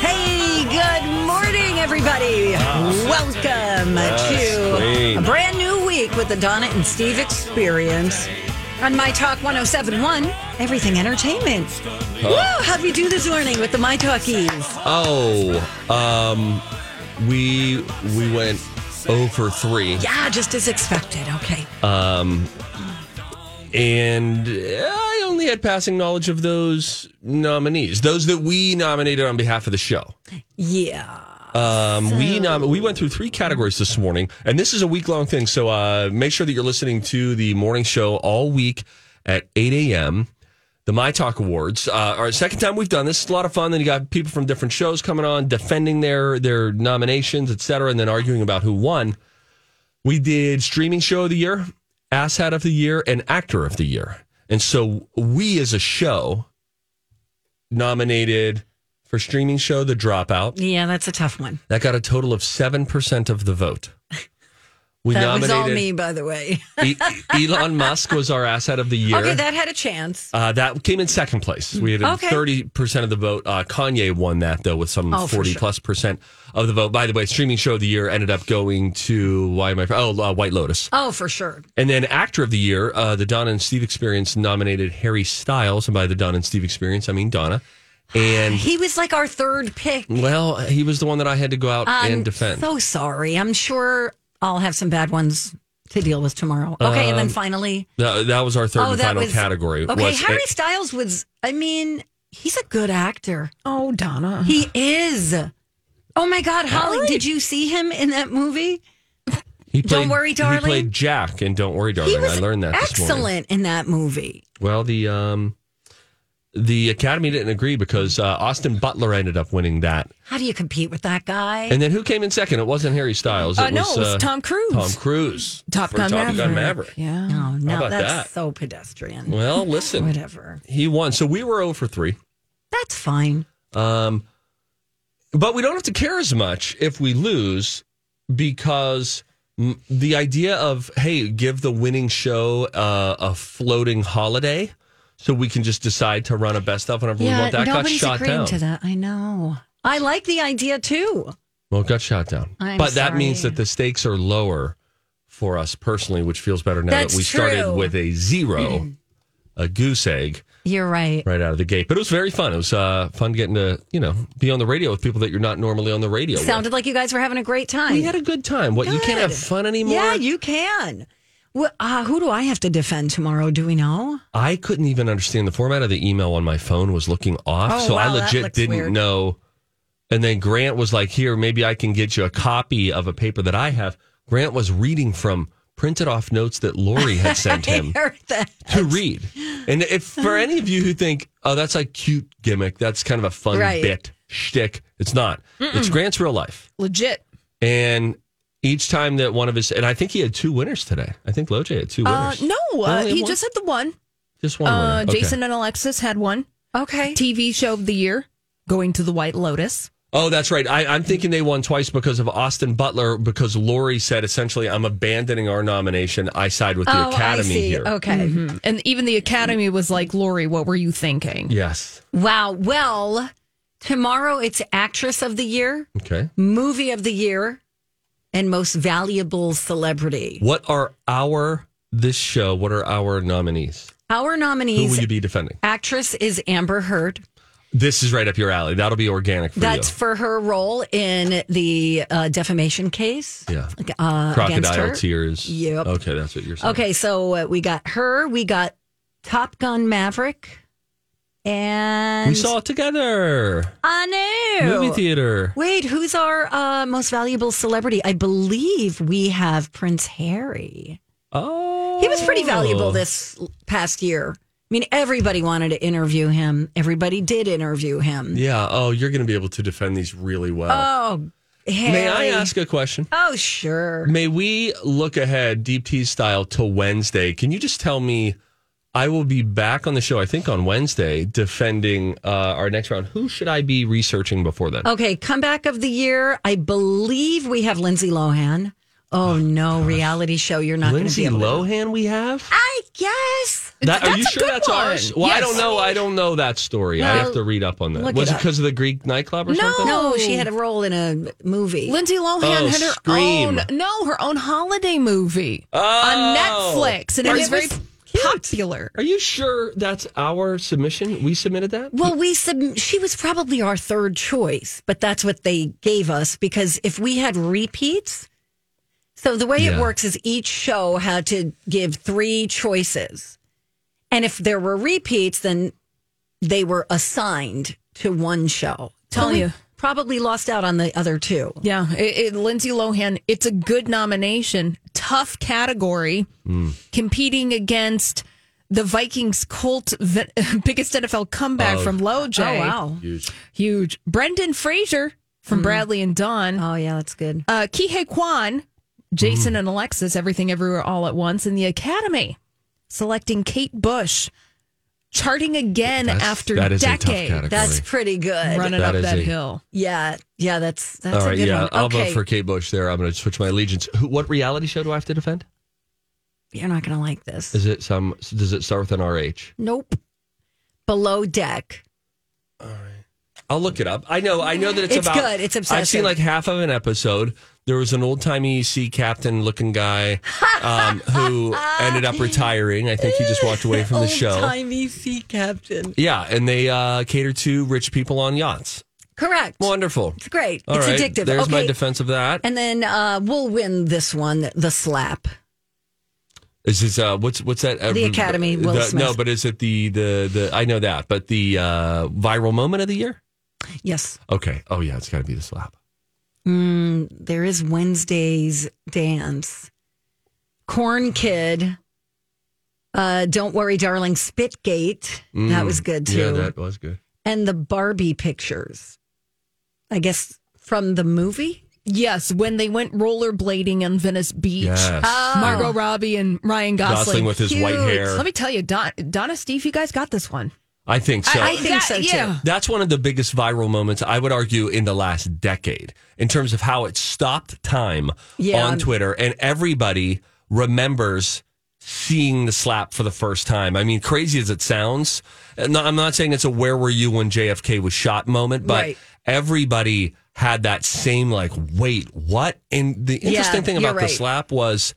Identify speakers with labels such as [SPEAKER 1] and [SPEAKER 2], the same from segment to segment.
[SPEAKER 1] Hey, good morning, everybody. Welcome to
[SPEAKER 2] queen.
[SPEAKER 1] a brand new week with the Donna and Steve Experience on My Talk 1071, Everything Entertainment. Woo! How'd we do this morning with the My Talkies?
[SPEAKER 2] Oh, um, we we went 0 for three,
[SPEAKER 1] Yeah, just as expected. Okay.
[SPEAKER 2] and I only had passing knowledge of those nominees, those that we nominated on behalf of the show.
[SPEAKER 1] Yeah.
[SPEAKER 2] Um, we nom- we went through three categories this morning, and this is a week long thing. So uh, make sure that you're listening to the morning show all week at 8 a.m. The My Talk Awards. Uh, our second time we've done this. It's a lot of fun. Then you got people from different shows coming on, defending their their nominations, et cetera, and then arguing about who won. We did streaming show of the year, asshat of the year, and actor of the year. And so we as a show nominated for streaming show The Dropout.
[SPEAKER 1] Yeah, that's a tough one.
[SPEAKER 2] That got a total of 7% of the vote. We
[SPEAKER 1] That was all me,
[SPEAKER 2] nominated
[SPEAKER 1] by the way.
[SPEAKER 2] E- Elon Musk was our asset of the year.
[SPEAKER 1] Okay, that had a chance.
[SPEAKER 2] uh, that came in second place. We had
[SPEAKER 1] Okay.
[SPEAKER 2] 30% of the vote. Uh, Kanye won that, though, with some
[SPEAKER 1] Oh, for
[SPEAKER 2] 40
[SPEAKER 1] sure.
[SPEAKER 2] plus percent of the vote. By the way, streaming show of the year ended up going to, why am I, oh, uh, White Lotus.
[SPEAKER 1] Oh, for sure.
[SPEAKER 2] And then actor of the year, uh, the Donna and Steve Experience nominated Harry Styles. And by the Donna and Steve Experience, I mean Donna. And,
[SPEAKER 1] He was like our third pick.
[SPEAKER 2] well, he was the one that I had to go out and defend.
[SPEAKER 1] Um, So sorry. I'm sure I'll have some bad ones to deal with tomorrow. Okay, and then finally,
[SPEAKER 2] That, that was our Um, third
[SPEAKER 1] oh,
[SPEAKER 2] and
[SPEAKER 1] that
[SPEAKER 2] final
[SPEAKER 1] was
[SPEAKER 2] category.
[SPEAKER 1] Okay,
[SPEAKER 2] was-
[SPEAKER 1] Harry Styles was. I mean, he's a good actor.
[SPEAKER 3] Oh, Donna.
[SPEAKER 1] He is. Oh my God, Holly, did you see him in that movie?
[SPEAKER 2] He
[SPEAKER 1] Don't Worry, Darling?
[SPEAKER 2] He played Jack and Don't Worry, Darling.
[SPEAKER 1] He was
[SPEAKER 2] I learned that this morning.
[SPEAKER 1] excellent in that movie.
[SPEAKER 2] Well, the um, the Academy didn't agree because uh, Austin Butler ended up winning that.
[SPEAKER 1] How do you compete with that guy?
[SPEAKER 2] And then who came in second? It wasn't Harry Styles. It
[SPEAKER 3] Uh, no,
[SPEAKER 2] was,
[SPEAKER 3] it was
[SPEAKER 2] uh,
[SPEAKER 3] Tom Cruise.
[SPEAKER 2] Tom Cruise.
[SPEAKER 3] Top
[SPEAKER 2] for
[SPEAKER 3] Gun
[SPEAKER 2] Top
[SPEAKER 3] Maverick.
[SPEAKER 2] Gun Maverick.
[SPEAKER 3] Yeah.
[SPEAKER 1] oh no,
[SPEAKER 2] about
[SPEAKER 1] that's
[SPEAKER 2] that?
[SPEAKER 1] so pedestrian.
[SPEAKER 2] Well, listen,
[SPEAKER 1] Whatever.
[SPEAKER 2] he won. So we were 0 for 3.
[SPEAKER 1] That's fine.
[SPEAKER 2] Um, but we don't have to care as much if we lose because mm, the idea of, hey, give the winning show uh, a floating holiday so we can just decide to run a best of whenever we want, that got
[SPEAKER 1] nobody's
[SPEAKER 2] shot
[SPEAKER 1] agreeing
[SPEAKER 2] down.
[SPEAKER 1] to that. I know. I like the idea too.
[SPEAKER 2] Well, it got shot down.
[SPEAKER 1] I'm
[SPEAKER 2] but that means
[SPEAKER 1] sorry.
[SPEAKER 2] that the stakes are lower for us personally, which feels better now
[SPEAKER 1] That's
[SPEAKER 2] that we
[SPEAKER 1] true.
[SPEAKER 2] started with a zero, a goose egg.
[SPEAKER 1] You're right.
[SPEAKER 2] right out of the gate. But it was very fun. It was uh, fun getting to you know be on the radio with people that you're not normally on the radio.
[SPEAKER 1] Sounded like you guys were having a great time.
[SPEAKER 2] with. Oh, We had a good time. What you can't have
[SPEAKER 1] Good.
[SPEAKER 2] fun anymore.
[SPEAKER 1] Yeah, you can. Well, uh, who do I have to defend tomorrow? Do we know?
[SPEAKER 2] I couldn't even understand the format of the email on my phone was looking off,
[SPEAKER 1] Oh,
[SPEAKER 2] so I
[SPEAKER 1] wow, that
[SPEAKER 2] legit
[SPEAKER 1] looks
[SPEAKER 2] didn't
[SPEAKER 1] weird.
[SPEAKER 2] know. And then Grant was like, "Here, maybe I can get you a copy of a paper that I have." Grant was reading from printed off notes that Lori had sent him.
[SPEAKER 1] I heard that.
[SPEAKER 2] to read. And if for any of you who think, oh, that's a cute gimmick, that's kind of a fun
[SPEAKER 1] Right.
[SPEAKER 2] bit shtick, it's not. It's Grant's real life.
[SPEAKER 3] Legit.
[SPEAKER 2] And each time that one of his, and I think he had two winners today. I think Loj had two
[SPEAKER 3] Uh,
[SPEAKER 2] winners.
[SPEAKER 3] no, uh,
[SPEAKER 2] Only
[SPEAKER 3] he
[SPEAKER 2] one?
[SPEAKER 3] just had the one.
[SPEAKER 2] just one.
[SPEAKER 3] Uh,
[SPEAKER 2] winner. Oh, Okay.
[SPEAKER 3] Jason and Alexis had one.
[SPEAKER 1] Okay.
[SPEAKER 3] TV show of the year, going to the White Lotus.
[SPEAKER 2] Oh, that's right. I, I'm thinking they won twice because of Austin Butler. Because Lori said essentially, "I'm abandoning our nomination. I side with the
[SPEAKER 1] oh,
[SPEAKER 2] Academy
[SPEAKER 1] I see.
[SPEAKER 2] here."
[SPEAKER 1] Okay.
[SPEAKER 3] And even the Academy was like, Lori, what were you thinking?
[SPEAKER 2] Yes.
[SPEAKER 1] Wow. Well, tomorrow it's Actress of the Year,
[SPEAKER 2] Okay.
[SPEAKER 1] Movie of the Year, and Most Valuable Celebrity.
[SPEAKER 2] What are our this show? What are our nominees?
[SPEAKER 1] Our
[SPEAKER 2] Who will
[SPEAKER 1] nominees
[SPEAKER 2] you be defending?
[SPEAKER 1] actress is Amber Heard.
[SPEAKER 2] This is right up your alley. That'll be organic for
[SPEAKER 1] That's
[SPEAKER 2] you.
[SPEAKER 1] for her role in the uh, defamation case.
[SPEAKER 2] Yeah.
[SPEAKER 1] Uh, against
[SPEAKER 2] Crocodile
[SPEAKER 1] her.
[SPEAKER 2] tears.
[SPEAKER 1] Yep.
[SPEAKER 2] Okay, that's what you're saying.
[SPEAKER 1] Okay, so uh, we got her. We got Top Gun Maverick. And
[SPEAKER 2] We saw it together.
[SPEAKER 1] I know.
[SPEAKER 2] Movie theater.
[SPEAKER 1] Wait, who's our uh, most valuable celebrity? I believe we have Prince Harry.
[SPEAKER 2] Oh.
[SPEAKER 1] He was pretty valuable this past year. I mean, everybody wanted to interview him. Everybody did interview him.
[SPEAKER 2] Yeah. Oh, you're going to be able to defend these really well.
[SPEAKER 1] Oh, Harry.
[SPEAKER 2] May I ask a question?
[SPEAKER 1] Oh, sure.
[SPEAKER 2] May we look ahead, deep tease style, to Wednesday? Can you just tell me? I will be back on the show, I think, on Wednesday, defending uh, our next round. Who should I be researching before then?
[SPEAKER 1] Okay, comeback of the year. I believe we have Lindsay Lohan. Oh, no, reality show. You're not going to
[SPEAKER 2] Lindsay
[SPEAKER 1] be able to. Uh,
[SPEAKER 2] Lohan, we have.
[SPEAKER 1] I guess.
[SPEAKER 2] That, are
[SPEAKER 3] That's
[SPEAKER 2] you
[SPEAKER 3] a
[SPEAKER 2] sure
[SPEAKER 3] good
[SPEAKER 2] that's
[SPEAKER 3] one.
[SPEAKER 2] ours? Well, I
[SPEAKER 3] Yes.
[SPEAKER 2] don't know. I don't know that story. I
[SPEAKER 1] No.
[SPEAKER 2] have to read up on that.
[SPEAKER 1] Look
[SPEAKER 2] Was
[SPEAKER 1] it
[SPEAKER 2] it
[SPEAKER 1] up.
[SPEAKER 2] because of the Greek nightclub or
[SPEAKER 3] No.
[SPEAKER 2] something?
[SPEAKER 1] No, she had a role in a movie.
[SPEAKER 3] Lindsay Lohan
[SPEAKER 2] Oh,
[SPEAKER 3] had her
[SPEAKER 2] Scream.
[SPEAKER 3] own no, her own holiday movie
[SPEAKER 2] Oh.
[SPEAKER 3] on Netflix, and it
[SPEAKER 1] Are
[SPEAKER 3] was
[SPEAKER 1] you-
[SPEAKER 3] very
[SPEAKER 1] it was
[SPEAKER 3] popular.
[SPEAKER 2] Are you sure that's our submission? We submitted that.
[SPEAKER 1] Well, we sub- she was probably our third choice, but that's what they gave us because if we had repeats, so the way
[SPEAKER 2] Yeah.
[SPEAKER 1] it works is each show had to give three choices. And if there were repeats, then they were assigned to one show.
[SPEAKER 3] Tell
[SPEAKER 1] So we
[SPEAKER 3] you.
[SPEAKER 1] Probably lost out on the other two.
[SPEAKER 3] Yeah, it, it, Lindsay Lohan. It's a good nomination. Tough category.
[SPEAKER 2] Hmm.
[SPEAKER 3] Competing against the Vikings Colt v- biggest NFL comeback from Loj.
[SPEAKER 1] Oh, wow. Hmm.
[SPEAKER 2] Huge.
[SPEAKER 3] huge. Brendan Fraser from Bradley and Dawn.
[SPEAKER 1] Oh, yeah, that's good.
[SPEAKER 3] Uh, Kihei Kwan, Jason
[SPEAKER 2] Hmm.
[SPEAKER 3] and Alexis, Everything Everywhere All at Once, and the Academy selecting Kate Bush, charting again
[SPEAKER 2] That's-
[SPEAKER 3] after
[SPEAKER 2] that is a tough
[SPEAKER 3] decades.
[SPEAKER 2] category.
[SPEAKER 1] That's pretty good.
[SPEAKER 3] Running
[SPEAKER 2] That
[SPEAKER 3] up
[SPEAKER 2] is
[SPEAKER 3] that
[SPEAKER 2] a-
[SPEAKER 3] hill.
[SPEAKER 1] Yeah, yeah, that's that's
[SPEAKER 2] All
[SPEAKER 1] a
[SPEAKER 2] right,
[SPEAKER 1] good
[SPEAKER 2] yeah,
[SPEAKER 1] one.
[SPEAKER 2] I'll
[SPEAKER 1] okay,
[SPEAKER 2] vote for Kate Bush there. I'm going to switch my allegiance. Who, what reality show do I have to defend?
[SPEAKER 1] you're not gonna like this.
[SPEAKER 2] Is it some? Does it start with an RH?
[SPEAKER 1] Nope. Below deck.
[SPEAKER 2] I'll look it up. I know. I know that it's,
[SPEAKER 1] It's
[SPEAKER 2] about.
[SPEAKER 1] good. It's
[SPEAKER 2] I've seen
[SPEAKER 1] obsessive.
[SPEAKER 2] like half of an episode. There was an old timey sea captain looking guy um, who ended up retiring. I think he just walked away from the show.
[SPEAKER 1] Old-timey sea captain.
[SPEAKER 2] Yeah, and they uh, cater to rich people on yachts.
[SPEAKER 1] Correct.
[SPEAKER 2] Wonderful.
[SPEAKER 1] it's great.
[SPEAKER 2] All
[SPEAKER 1] it's
[SPEAKER 2] right,
[SPEAKER 1] addictive.
[SPEAKER 2] There's
[SPEAKER 1] okay.
[SPEAKER 2] my defense of that.
[SPEAKER 1] and then uh, we'll win this one, the slap.
[SPEAKER 2] Is this uh, what's what's that? Uh,
[SPEAKER 1] The Academy, Will
[SPEAKER 2] the-
[SPEAKER 1] Smith.
[SPEAKER 2] No, but is it the the the? I know that, but the uh, viral moment of the year.
[SPEAKER 1] Yes.
[SPEAKER 2] Okay. Oh yeah, it's got to be the slap.
[SPEAKER 1] Mm, there is Wednesday's dance. Corn Kid. Uh, Don't worry, darling. Spitgate. that was good too.
[SPEAKER 2] Mm. Yeah, that was good.
[SPEAKER 1] and the Barbie pictures. I guess from the movie.
[SPEAKER 3] Yes, when they went rollerblading on Venice Beach.
[SPEAKER 2] Yes.
[SPEAKER 1] Oh.
[SPEAKER 3] Margot Robbie and Ryan Gosling.
[SPEAKER 2] Gosling with his white
[SPEAKER 1] Cute.
[SPEAKER 2] hair.
[SPEAKER 3] Oh. Let me tell you, Don, Donna, Steve, you guys got this one.
[SPEAKER 2] I think so.
[SPEAKER 1] I think so, too.
[SPEAKER 3] Yeah.
[SPEAKER 2] That's one of the biggest viral moments, I would argue, in the last decade in terms of how it stopped time
[SPEAKER 1] Yeah.
[SPEAKER 2] on Twitter. And everybody remembers seeing the slap for the first time. I mean, crazy as it sounds, and no- I'm not saying it's a where were you when JFK was shot moment, but
[SPEAKER 1] Right.
[SPEAKER 2] everybody had that same, like, wait, what? And the
[SPEAKER 1] Yeah,
[SPEAKER 2] interesting thing
[SPEAKER 1] you're
[SPEAKER 2] about the
[SPEAKER 1] right.
[SPEAKER 2] slap was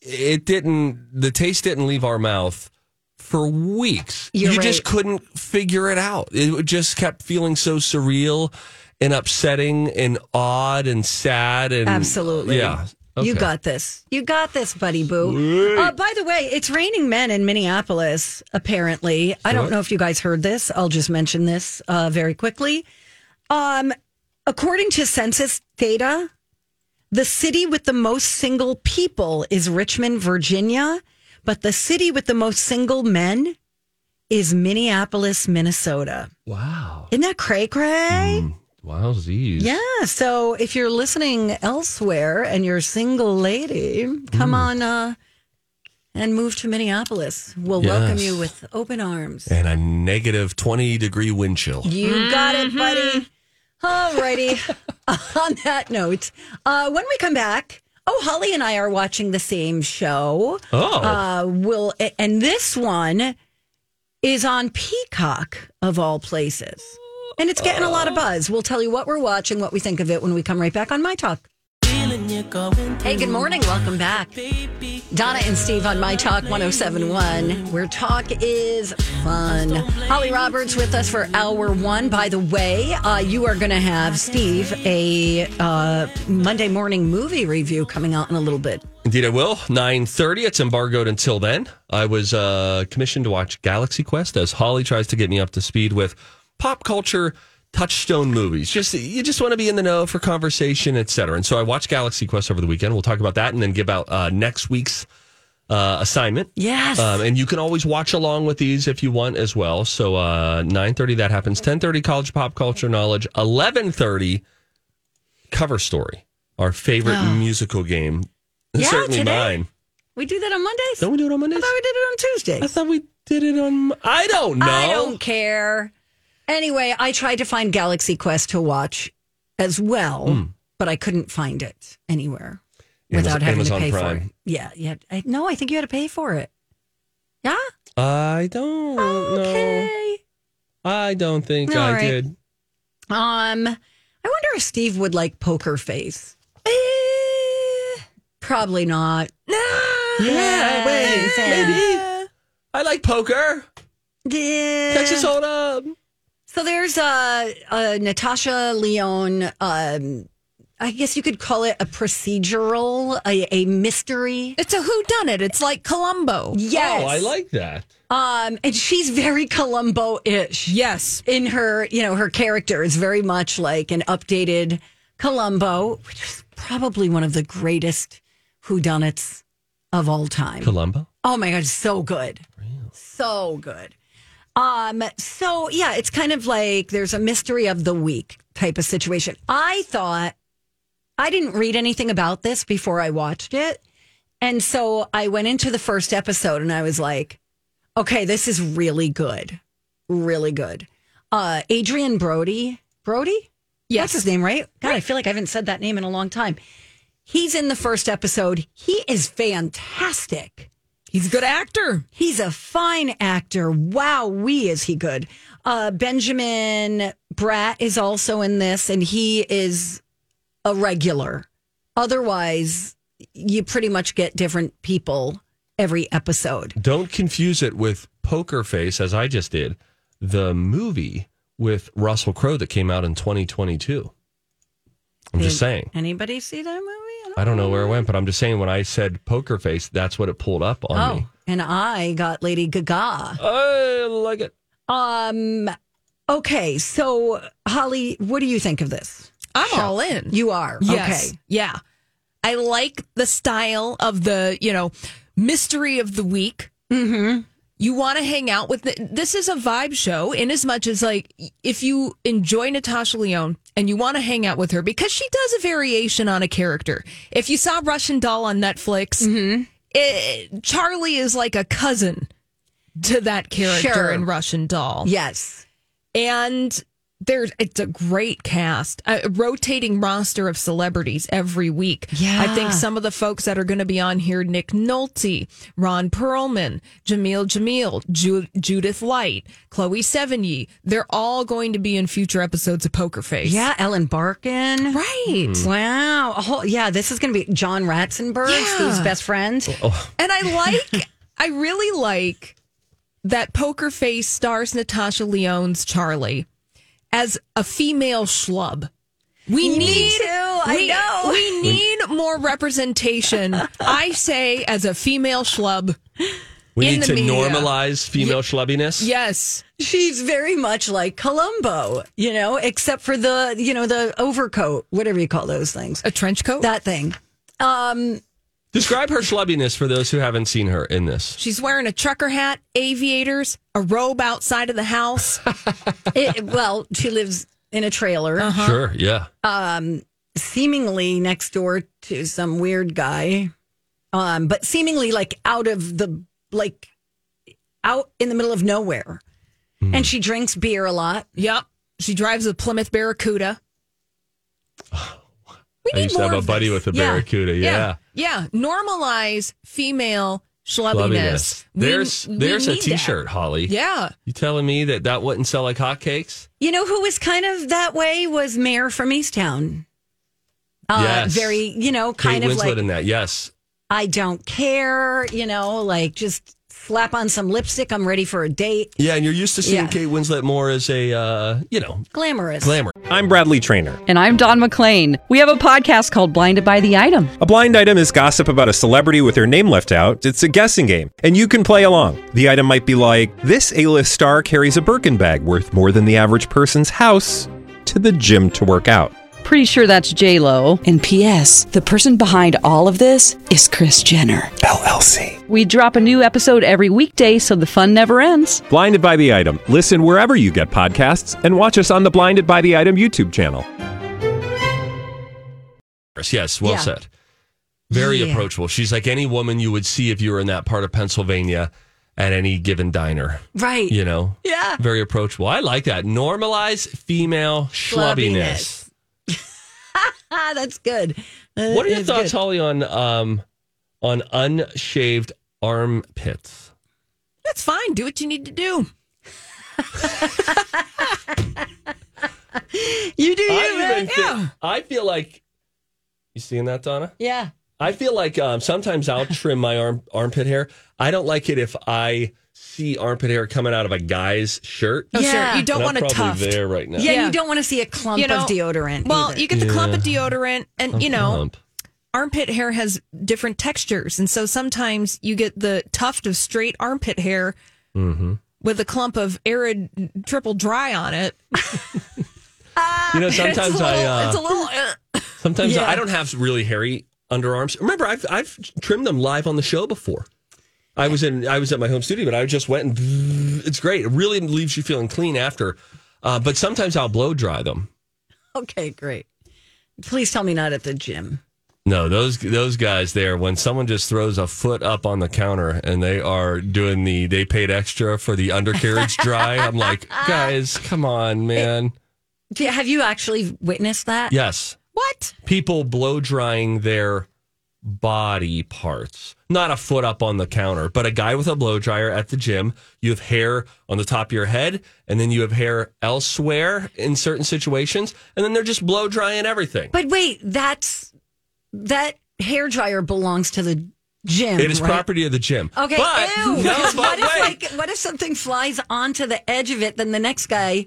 [SPEAKER 2] it didn't, the taste didn't leave our mouth for weeks.
[SPEAKER 1] You're
[SPEAKER 2] you just
[SPEAKER 1] right.
[SPEAKER 2] couldn't figure it out. It just kept feeling so surreal and upsetting and odd and sad and
[SPEAKER 1] Absolutely.
[SPEAKER 2] Yeah.
[SPEAKER 1] You
[SPEAKER 2] Okay.
[SPEAKER 1] got this. You got this, buddy boo. Uh, by the way, it's raining men in Minneapolis, apparently. I don't know if you guys heard this. I'll just mention this uh, very quickly. Um, according to census data, the city with the most single people is Richmond, Virginia, but the city with the most single men is Minneapolis, Minnesota.
[SPEAKER 2] Wow.
[SPEAKER 1] Isn't that cray cray?
[SPEAKER 2] Wowzies.
[SPEAKER 1] Yeah. So if you're listening elsewhere and you're a single lady, come on uh, and move to Minneapolis. We'll welcome
[SPEAKER 2] Yes.
[SPEAKER 1] you with open arms.
[SPEAKER 2] And a negative 20 degree wind chill.
[SPEAKER 1] You got it, buddy. All righty. on that note, uh, when we come back, oh, Holly and I are watching the same show.
[SPEAKER 2] Oh.
[SPEAKER 1] Uh, will and this one is on Peacock of all places. And it's getting a lot of buzz. We'll tell you what we're watching, what we think of it when we come right back on My Talk. Hey, good morning. Welcome back. Donna and Steve on My Talk 1071, where talk is fun. Holly Roberts with us for hour one. By the way, uh, you are going to have, Steve, a uh, Monday morning movie review coming out in a little bit.
[SPEAKER 2] Indeed, I will. Nine thirty. It's embargoed until then. I was uh, commissioned to watch Galaxy Quest as Holly tries to get me up to speed with pop culture touchstone movies. Just you just want to be in the know for conversation, etc. And so I watched Galaxy Quest over the weekend. We'll talk about that, and then give out uh, next week's uh, assignment.
[SPEAKER 1] Yes.
[SPEAKER 2] Um, and you can always watch along with these if you want as well. So uh, nine thirty that happens. Ten thirty college pop culture knowledge. Eleven thirty cover story. Our favorite musical game.
[SPEAKER 1] Oh. Yeah,
[SPEAKER 2] Certainly
[SPEAKER 1] today.
[SPEAKER 2] mine.
[SPEAKER 1] We do that on Mondays?
[SPEAKER 2] Don't we do it on
[SPEAKER 1] I
[SPEAKER 2] Mondays?
[SPEAKER 1] thought we did it on Tuesdays.
[SPEAKER 2] I thought we did it on. I don't know.
[SPEAKER 1] I don't care. Anyway, I tried to find Galaxy Quest to watch as well,
[SPEAKER 2] Hmm.
[SPEAKER 1] but I couldn't find it anywhere
[SPEAKER 2] Amaz-
[SPEAKER 1] without having
[SPEAKER 2] Amazon
[SPEAKER 1] to pay
[SPEAKER 2] Prime.
[SPEAKER 1] for it. Yeah, yeah. I, no, I think you had to pay for it. Yeah.
[SPEAKER 2] I don't know.
[SPEAKER 1] Okay.
[SPEAKER 2] I don't think
[SPEAKER 1] All
[SPEAKER 2] I
[SPEAKER 1] right.
[SPEAKER 2] did.
[SPEAKER 1] Um, I wonder if Steve would like Poker Face. Eh, Probably not.
[SPEAKER 2] Yeah, wait, maybe. I like poker. Texas Hold'em.
[SPEAKER 1] So there's a, a Natasha Leone. Um, I guess you could call it a procedural, a, a mystery.
[SPEAKER 3] It's a whodunit. It's like Columbo.
[SPEAKER 1] Yes.
[SPEAKER 2] Oh, I like that.
[SPEAKER 1] Um, and she's very Columbo-ish.
[SPEAKER 3] Yes.
[SPEAKER 1] In her, you know, her character is very much like an updated Columbo, which is probably one of the greatest whodunits of all time.
[SPEAKER 2] Columbo.
[SPEAKER 1] Oh my god, so good. So good. Um so yeah, it's kind of like there's a mystery of the week type of situation. I thought I didn't read anything about this before I watched it. And so I went into the first episode and I was like, okay, this is really good. Really good. Uh Adrian Brody. Brody?
[SPEAKER 3] Yes.
[SPEAKER 1] That's his name, right? God, I feel like I haven't said that name in a long time. He's in the first episode. He is fantastic.
[SPEAKER 3] He's a good actor.
[SPEAKER 1] He's a fine actor. Wow, we is he good. Uh, Benjamin Bratt is also in this, and he is a regular. Otherwise, you pretty much get different people every episode.
[SPEAKER 2] Don't confuse it with Poker Face, as I just did, the movie with Russell Crowe that came out in 2022. I'm just saying.
[SPEAKER 1] Anybody see that movie?
[SPEAKER 2] I don't know where it went, but I'm just saying when I said Poker Face, that's what it pulled up on
[SPEAKER 1] Oh,
[SPEAKER 2] me.
[SPEAKER 1] and I got Lady Gaga.
[SPEAKER 2] I like it.
[SPEAKER 1] Um, okay, so Holly, what do you think of this?
[SPEAKER 3] I'm all in.
[SPEAKER 1] You are
[SPEAKER 3] Yes.
[SPEAKER 1] okay.
[SPEAKER 3] Yeah. I like the style of the, you know, mystery of the week. Mm-hmm. You want to hang out with the, this is a vibe show in as much as like if you enjoy Natasha Leone and you want to hang out with her because she does a variation on a character. If you saw Russian Doll on Netflix,
[SPEAKER 1] Mm-hmm.
[SPEAKER 3] it, Charlie is like a cousin to that character
[SPEAKER 1] Sure.
[SPEAKER 3] in Russian Doll
[SPEAKER 1] Yes.
[SPEAKER 3] and there's it's a great cast a rotating roster of celebrities every week
[SPEAKER 1] Yeah.
[SPEAKER 3] i think some of the folks that are going to be on here nick nolte ron perlman jameel jameel Ju- judith light chloe sevigny they're all going to be in future episodes of poker face Mm.
[SPEAKER 1] Yeah, Ellen Barkin.
[SPEAKER 3] right
[SPEAKER 1] Mm. Wow. A whole, yeah, this is going to be John Ratzenberg,
[SPEAKER 3] Yeah.
[SPEAKER 1] Steve's best friend.
[SPEAKER 3] and i like i really like that poker face stars natasha leone's charlie as a female schlub we need
[SPEAKER 1] too. I
[SPEAKER 3] we,
[SPEAKER 1] know.
[SPEAKER 3] We need more representation. I say, as a female schlub,
[SPEAKER 2] We
[SPEAKER 3] In
[SPEAKER 2] need
[SPEAKER 3] the
[SPEAKER 2] to
[SPEAKER 3] media.
[SPEAKER 2] normalize female schlubbiness.
[SPEAKER 3] yes,
[SPEAKER 1] She's very much like Columbo, you know, except for the, you know, the overcoat, whatever you call those things.
[SPEAKER 3] a trench coat.
[SPEAKER 1] That thing. Um,
[SPEAKER 2] Describe her schlubbiness for those who haven't seen her in this.
[SPEAKER 3] She's wearing a trucker hat, aviators, a robe outside of the house.
[SPEAKER 1] it, well, she lives in a trailer,
[SPEAKER 2] Sure, yeah.
[SPEAKER 1] seemingly next door to some weird guy. Um, but seemingly like out of the like out in the middle of nowhere. And she drinks beer a lot.
[SPEAKER 3] yep. She drives a Plymouth Barracuda. We
[SPEAKER 2] I used to have
[SPEAKER 3] more
[SPEAKER 2] a
[SPEAKER 3] of
[SPEAKER 2] buddy
[SPEAKER 3] this.
[SPEAKER 2] with a
[SPEAKER 1] Yeah.
[SPEAKER 2] barracuda. Yeah.
[SPEAKER 3] yeah. yeah. Normalize female
[SPEAKER 2] Schlubbiness.
[SPEAKER 3] schlubbiness. We-
[SPEAKER 2] There's
[SPEAKER 3] we
[SPEAKER 2] there's a
[SPEAKER 3] need that.
[SPEAKER 2] t-shirt, Holly.
[SPEAKER 3] Yeah.
[SPEAKER 2] You telling me that that wouldn't sell like hotcakes?
[SPEAKER 1] You know who was kind of that way was Mayor from Easttown. Uh,
[SPEAKER 2] Yes.
[SPEAKER 1] Very, you know,
[SPEAKER 2] Kate
[SPEAKER 1] kind of
[SPEAKER 2] Winslet
[SPEAKER 1] like
[SPEAKER 2] in that. Yes.
[SPEAKER 1] I don't care, you know, like just slap on some lipstick. I'm ready for a date.
[SPEAKER 2] Yeah, and you're used to seeing
[SPEAKER 1] Yeah.
[SPEAKER 2] Kate Winslet more as a uh, you know
[SPEAKER 1] Glamorous.
[SPEAKER 2] glamour.
[SPEAKER 4] I'm Bradley Trainer.
[SPEAKER 5] And I'm Don McClain. We have a podcast called Blinded by the Item.
[SPEAKER 4] A blind item is gossip about a celebrity with their name left out. It's a guessing game, and you can play along. The item might be like this: A-list star carries a Birkin bag worth more than the average person's house to the gym to work out.
[SPEAKER 5] Pretty sure that's J Lo.
[SPEAKER 6] And P.S. The person behind all of this is Chris Jenner.
[SPEAKER 4] LLC.
[SPEAKER 5] We drop a new episode every weekday, so the fun never ends.
[SPEAKER 4] Blinded by the item. Listen wherever you get podcasts, and watch us on the Blinded by the Item YouTube channel.
[SPEAKER 2] Yes, well
[SPEAKER 1] Yeah.
[SPEAKER 2] said. Very
[SPEAKER 1] Yeah.
[SPEAKER 2] approachable. She's like any woman you would see if you were in that part of Pennsylvania at any given diner.
[SPEAKER 1] Right.
[SPEAKER 2] You know,
[SPEAKER 1] Yeah.
[SPEAKER 2] very approachable. I like that. Normalize female schlubbiness.
[SPEAKER 1] Ah, that's good. Uh,
[SPEAKER 2] What are your
[SPEAKER 1] it's
[SPEAKER 2] thoughts,
[SPEAKER 1] good.
[SPEAKER 2] Holly, on um, on unshaved armpits?
[SPEAKER 3] That's fine. Do what you need to do.
[SPEAKER 1] You do you,
[SPEAKER 2] I,
[SPEAKER 1] man.
[SPEAKER 2] even feel, I feel like you seeing that, Donna.
[SPEAKER 1] Yeah.
[SPEAKER 2] I feel like um, sometimes I'll trim my arm armpit hair. I don't like it if I see armpit hair coming out of a guy's shirt.
[SPEAKER 3] Oh,
[SPEAKER 1] Yeah.
[SPEAKER 3] sure. You don't
[SPEAKER 2] And I'm
[SPEAKER 3] want a
[SPEAKER 2] probably
[SPEAKER 3] tuft.
[SPEAKER 2] there right now.
[SPEAKER 1] Yeah, you don't want to see a clump
[SPEAKER 3] You know,
[SPEAKER 1] of deodorant.
[SPEAKER 3] Well,
[SPEAKER 1] either.
[SPEAKER 3] you get the clump of deodorant, and you know,
[SPEAKER 2] Clump.
[SPEAKER 3] armpit hair has different textures, and so sometimes you get the tuft of straight armpit hair
[SPEAKER 2] Mm-hmm.
[SPEAKER 3] with a clump of arid triple dry on it.
[SPEAKER 2] You know,
[SPEAKER 3] it's
[SPEAKER 2] sometimes
[SPEAKER 3] a
[SPEAKER 2] I
[SPEAKER 3] little.
[SPEAKER 2] uh,
[SPEAKER 3] it's a little uh,
[SPEAKER 2] sometimes I don't have really hairy underarms. Remember, I've I've trimmed them live on the show before. I was in I was at my home studio, but I just went and it's great. It really leaves you feeling clean after. Uh, but sometimes I'll blow dry them.
[SPEAKER 1] okay, great. Please tell me not at the gym.
[SPEAKER 2] No, those those guys there. When someone just throws a foot up on the counter and they are doing the they paid extra for the undercarriage dry, I'm like, guys, come on, man.
[SPEAKER 1] Do, have you actually witnessed that?
[SPEAKER 2] Yes,
[SPEAKER 1] What?
[SPEAKER 2] people blow drying their body parts. Not a foot up on the counter, but a guy with a blow dryer at the gym, you have hair on the top of your head, and then you have hair elsewhere in certain situations, and then they're just blow drying everything.
[SPEAKER 1] But wait, that's that hair dryer belongs to the gym.
[SPEAKER 2] it is
[SPEAKER 1] right?
[SPEAKER 2] property of the gym.
[SPEAKER 1] Okay.
[SPEAKER 2] But,
[SPEAKER 1] ew.
[SPEAKER 2] No,
[SPEAKER 1] Because
[SPEAKER 2] but
[SPEAKER 1] what if
[SPEAKER 2] wait.
[SPEAKER 1] like what if something flies onto the edge of it? Then the next guy.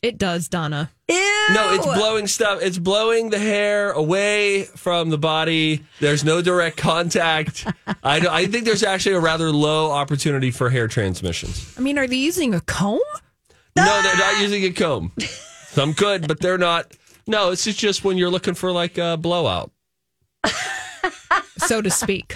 [SPEAKER 3] it does, Donna.
[SPEAKER 1] Ew.
[SPEAKER 2] No, it's blowing stuff. It's blowing the hair away from the body. There's no direct contact. I, don't- I think there's actually a rather low opportunity for hair transmissions.
[SPEAKER 3] I mean, are they using a comb?
[SPEAKER 2] No, they're not using a comb. Some could, but they're not. No, this is just when you're looking for like a blowout.
[SPEAKER 3] So to speak.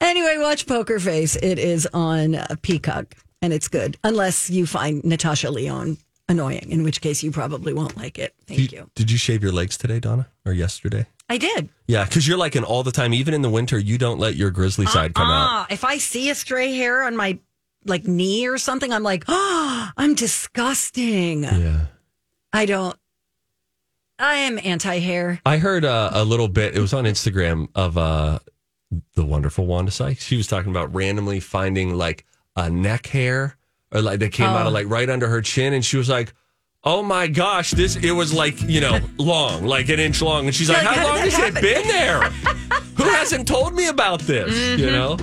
[SPEAKER 1] Anyway, watch Poker Face. It is on uh, Peacock and it's good, unless you find Natasha Leone annoying, in which case you probably won't like it. Thank you.
[SPEAKER 2] Did you shave your legs today, Donna, or yesterday?
[SPEAKER 1] I did.
[SPEAKER 2] Yeah, because you're like an all the time. Even in the winter, you don't let your grizzly side come out.
[SPEAKER 1] Ah, if I see a stray hair on my like knee or something, I'm like, oh, I'm disgusting.
[SPEAKER 2] Yeah.
[SPEAKER 1] I don't. I am anti hair.
[SPEAKER 2] I heard uh, a little bit. It was on Instagram of uh, the wonderful Wanda Sykes. She was talking about randomly finding like a neck hair or like that came
[SPEAKER 1] Oh.
[SPEAKER 2] out of like right under her chin, and she was like, "Oh my gosh, this!" It was like you know long, like an inch long, and she's like,
[SPEAKER 1] like,
[SPEAKER 2] "How
[SPEAKER 1] how
[SPEAKER 2] long
[SPEAKER 1] did
[SPEAKER 2] has
[SPEAKER 1] that
[SPEAKER 2] it been there? Who hasn't told me about this?" You
[SPEAKER 1] Mm-hmm.
[SPEAKER 2] know,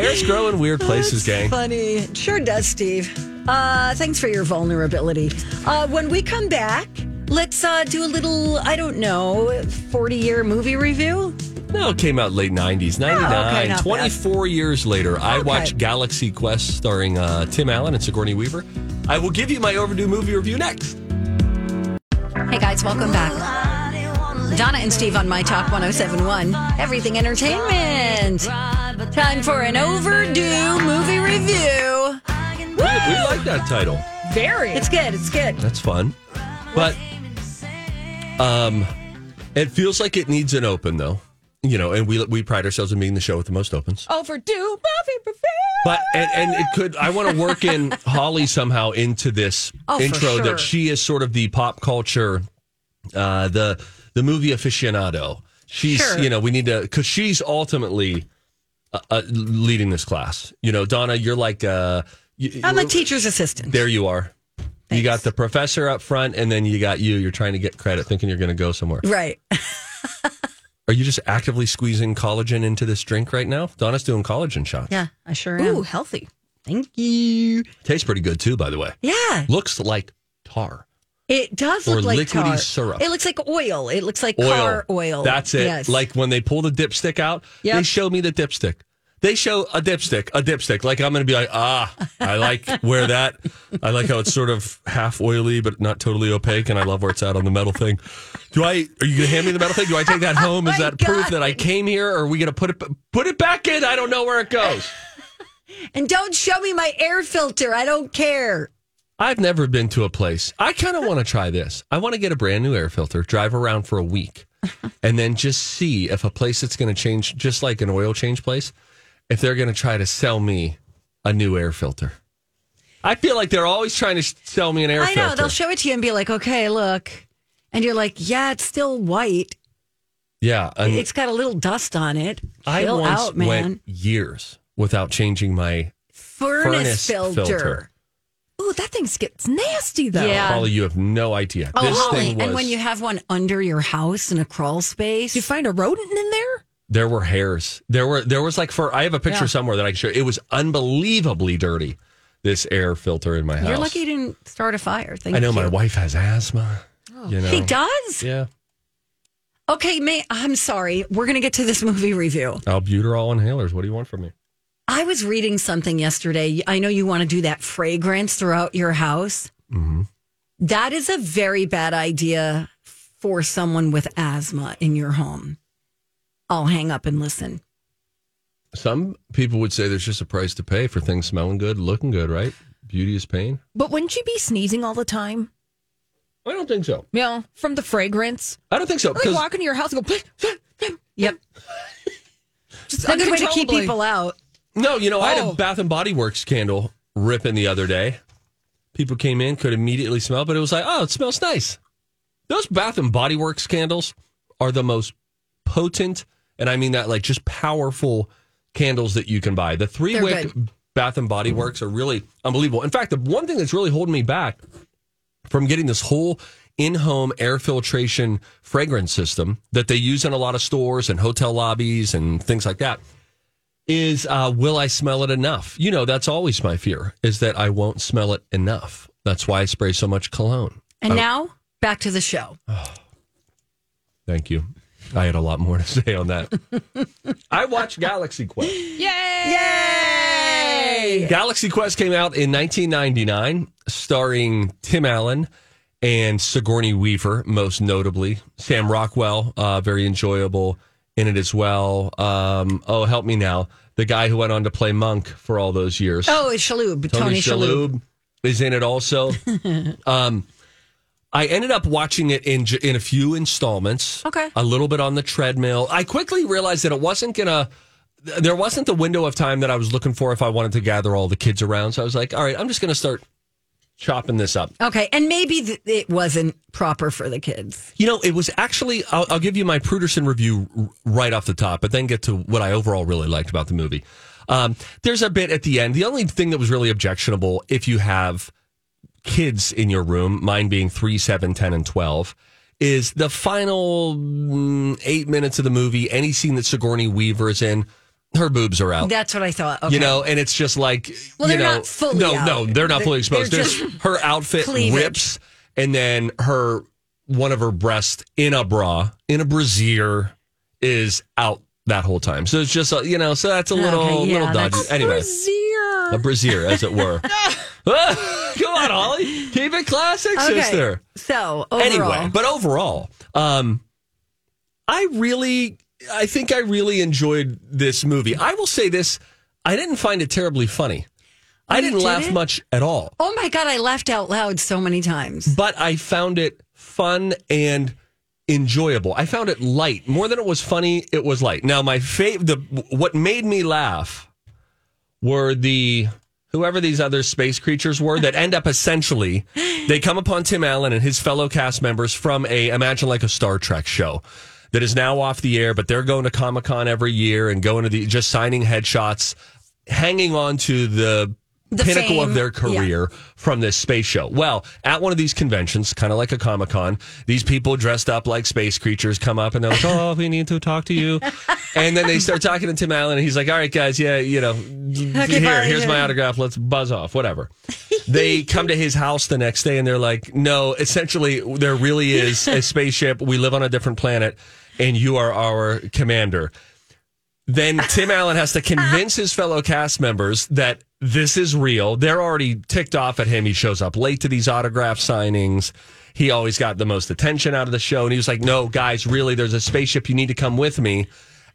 [SPEAKER 2] hairs grow in weird places, gang.
[SPEAKER 1] Funny. Sure does, Steve. Uh, thanks for your vulnerability. Uh, when we come back, let's uh, do a little, I don't know, 40 year movie review.
[SPEAKER 2] No, it came out late 90s, 99.
[SPEAKER 1] Oh, not bad.
[SPEAKER 2] 24 years later, I watched Galaxy Quest starring uh, Tim Allen and Sigourney Weaver. I will give you my overdue movie review next.
[SPEAKER 1] Hey guys, welcome back. Donna and Steve on My Talk 1071, Everything Entertainment. Time for an overdue movie review.
[SPEAKER 2] We like that title.
[SPEAKER 3] Very.
[SPEAKER 1] It's good, it's good.
[SPEAKER 2] That's fun. But um it feels like it needs an open though. You know, and we we pride ourselves on being the show with the most opens.
[SPEAKER 3] overdue movie review.
[SPEAKER 2] But and, and it could I want to work in Holly somehow into this
[SPEAKER 1] Oh, for
[SPEAKER 2] intro
[SPEAKER 1] sure.
[SPEAKER 2] that she is sort of the pop culture uh the the movie aficionado. She's
[SPEAKER 1] Sure.
[SPEAKER 2] you know, we need to cuz she's ultimately uh, uh, leading this class. You know, Donna, you're like uh you-
[SPEAKER 1] I'm a teacher's assistant.
[SPEAKER 2] There you are. You got the professor up front, and then you got you. You're trying to get credit, thinking you're going to go somewhere.
[SPEAKER 1] Right.
[SPEAKER 2] Are you just actively squeezing collagen into this drink right now? Donna's doing collagen shots.
[SPEAKER 1] Yeah, I sure am.
[SPEAKER 3] Ooh, healthy.
[SPEAKER 1] Thank you.
[SPEAKER 2] Tastes pretty good too, by the way.
[SPEAKER 1] Yeah,
[SPEAKER 2] Looks like tar.
[SPEAKER 1] it does
[SPEAKER 2] Or
[SPEAKER 1] look like
[SPEAKER 2] liquidy
[SPEAKER 1] tar.
[SPEAKER 2] syrup.
[SPEAKER 1] It looks like oil. It looks like car oil.
[SPEAKER 2] That's it.
[SPEAKER 1] Yes.
[SPEAKER 2] Like when they pull the dipstick out,
[SPEAKER 1] Yep.
[SPEAKER 2] they show me the dipstick. They show a dipstick, a dipstick. Like I'm going to be like, ah, I like where that. I like how it's sort of half oily but not totally opaque, and I love where it's at on the metal thing. Do I? Are you going to hand me the metal thing? Do I take that home? Is that proof that I came here? Or are we going to put it put it back in? I don't know where it goes.
[SPEAKER 1] and don't show me my air filter. I don't care.
[SPEAKER 2] I've never been to a place. I kind of want to try this. I want to get a brand new air filter, drive around for a week, and then just see if a place that's going to change, just like an oil change place, if they're going to try to sell me a new air filter. I feel like they're always trying to s- sell me an air
[SPEAKER 1] I know.
[SPEAKER 2] filter.
[SPEAKER 1] They'll show it to you and be like, "Okay, look," and you're like, "Yeah, it's still white.
[SPEAKER 2] yeah, and
[SPEAKER 1] It's got a little dust on it.
[SPEAKER 2] I
[SPEAKER 1] Chill
[SPEAKER 2] once
[SPEAKER 1] out, man.
[SPEAKER 2] went years without changing my.
[SPEAKER 1] furnace,
[SPEAKER 2] Furnace
[SPEAKER 1] filter.
[SPEAKER 2] filter.
[SPEAKER 3] Ooh, Oh, that thing gets nasty though.
[SPEAKER 1] Yeah.
[SPEAKER 2] Holly, you have no idea.
[SPEAKER 1] Oh,
[SPEAKER 2] this
[SPEAKER 1] Holly,
[SPEAKER 2] thing was.
[SPEAKER 1] and when you have one under your house in a crawl space,
[SPEAKER 3] Did you find a rodent in there?
[SPEAKER 2] there were hairs. There were there was like for I have a picture somewhere that I can show. you. It was unbelievably dirty. This air filter in my house.
[SPEAKER 1] you're lucky you didn't start a fire. Thank
[SPEAKER 2] I know
[SPEAKER 1] you.
[SPEAKER 2] my wife has asthma. You know.
[SPEAKER 1] Oh. He does.
[SPEAKER 2] Yeah.
[SPEAKER 1] Okay, May. I'm sorry. We're gonna get to this movie review.
[SPEAKER 2] Albuterol inhalers. What do you want from me?
[SPEAKER 1] I was reading something yesterday. I know you want to do that fragrance throughout your house. That is a very bad idea for someone with asthma in your home. I'll hang up and listen.
[SPEAKER 2] Some people would say there's just a price to pay for things smelling good, looking good, right? Beauty is pain.
[SPEAKER 3] But wouldn't you be sneezing all the time?
[SPEAKER 2] I don't think so.
[SPEAKER 3] You know, from the fragrance.
[SPEAKER 2] I don't think so.
[SPEAKER 3] Or like walk into your house and go.
[SPEAKER 1] Yep. It's
[SPEAKER 3] Just
[SPEAKER 1] a good way to keep
[SPEAKER 3] uncontrollably.
[SPEAKER 1] people out.
[SPEAKER 2] No, you know, I had a
[SPEAKER 3] Oh.
[SPEAKER 2] Bath and Body Works candle ripping the other day. People came in, could immediately smell, but it was like, oh, it smells nice. Those Bath and Body Works candles are the most potent, and I mean that like just powerful candles that you can buy. The three
[SPEAKER 1] They're
[SPEAKER 2] wick Bath and Body Works are really unbelievable. In fact, the one thing that's really holding me back from getting this whole in-home air filtration fragrance system that they use in a lot of stores and hotel lobbies and things like that is uh, will I smell it enough? You know, that's always my fear is that I won't smell it enough. That's why I spray so much cologne.
[SPEAKER 1] And now back to the show.
[SPEAKER 2] Thank you. I had a lot more to say on that. I watched Galaxy Quest. Yay! Galaxy Quest came out in 1999, starring Tim Allen and Sigourney Weaver, most notably. Sam Rockwell, uh, very enjoyable in it as well. Um, oh, help me now. The guy who went on to play Monk for all those years.
[SPEAKER 1] Oh, it's Shalhoub. Tony, Shalhoub.
[SPEAKER 2] is in it also. um, I ended up watching it in j- in a few installments.
[SPEAKER 1] Okay.
[SPEAKER 2] a little bit on the treadmill. I quickly realized that it wasn't gonna. th- There wasn't the window of time that I was looking for if I wanted to gather all the kids around. So I was like, all right, I'm just gonna start chopping this up.
[SPEAKER 1] Okay, and maybe th- it wasn't proper for the kids.
[SPEAKER 2] You know, it was actually, I'll, I'll give you my Pruderson review r- right off the top, but then get to what I overall really liked about the movie. Um, there's a bit at the end. The only thing that was really objectionable, if you have kids in your room, mine being 3, 7, 10, and 12, is the final mm, eight minutes of the movie, any scene that Sigourney Weaver is in, her boobs are out.
[SPEAKER 1] That's what I thought. Okay.
[SPEAKER 2] Oh. You know, and it's just like
[SPEAKER 1] Well,
[SPEAKER 2] you
[SPEAKER 1] they're
[SPEAKER 2] know,
[SPEAKER 1] not fully
[SPEAKER 2] no,
[SPEAKER 1] out.
[SPEAKER 2] no, they're not fully exposed.
[SPEAKER 1] they're
[SPEAKER 2] There's
[SPEAKER 1] just
[SPEAKER 2] her outfit
[SPEAKER 1] cleavage.
[SPEAKER 2] rips, and then her one of her breasts in a bra in a brassiere is out that whole time. So it's just uh, you know, so that's a little
[SPEAKER 1] Okay, yeah,
[SPEAKER 2] little dodgy.
[SPEAKER 1] that's-
[SPEAKER 2] anyway,
[SPEAKER 3] Brazier.
[SPEAKER 2] a brassiere, as it were. Ah, Come on, Holly, keep it classic,
[SPEAKER 1] okay.
[SPEAKER 2] sister
[SPEAKER 1] So overall,
[SPEAKER 2] anyway, but overall, um, I really, I think I really enjoyed this movie. I will say this: I didn't find it terribly funny.
[SPEAKER 1] Oh,
[SPEAKER 2] I
[SPEAKER 1] you
[SPEAKER 2] didn't laugh
[SPEAKER 1] didn't?
[SPEAKER 2] much at all,
[SPEAKER 1] oh my god, I laughed out loud so many times.
[SPEAKER 2] but I found it fun and enjoyable. I found it light more than it was funny. It was light. Now, my fav, the what made me laugh were the whoever these other space creatures were that end up essentially they come upon Tim Allen and his fellow cast members from a imagine like a Star Trek show that is now off the air, but they're going to Comic Con every year and going to the just signing headshots, hanging on to the
[SPEAKER 1] The
[SPEAKER 2] pinnacle
[SPEAKER 1] fame.
[SPEAKER 2] of their career from this space show. Well, at one of these conventions, kind of like a Comic Con, these people dressed up like space creatures come up and they're like, oh, we need to talk to you. And then they start talking to Tim Allen and he's like, all right, guys, yeah, you know, here,
[SPEAKER 1] bye,
[SPEAKER 2] here's my
[SPEAKER 1] yeah."
[SPEAKER 2] autograph. Let's buzz off, whatever. they come to his house the next day and they're like, no, essentially, there really is a spaceship. We live on a different planet and you are our commander then Tim Allen has to convince his fellow cast members that this is real. They're already ticked off at him. He shows up late to these autograph signings. He always got the most attention out of the show. And he was like, no, guys, really, there's a spaceship. You need to come with me.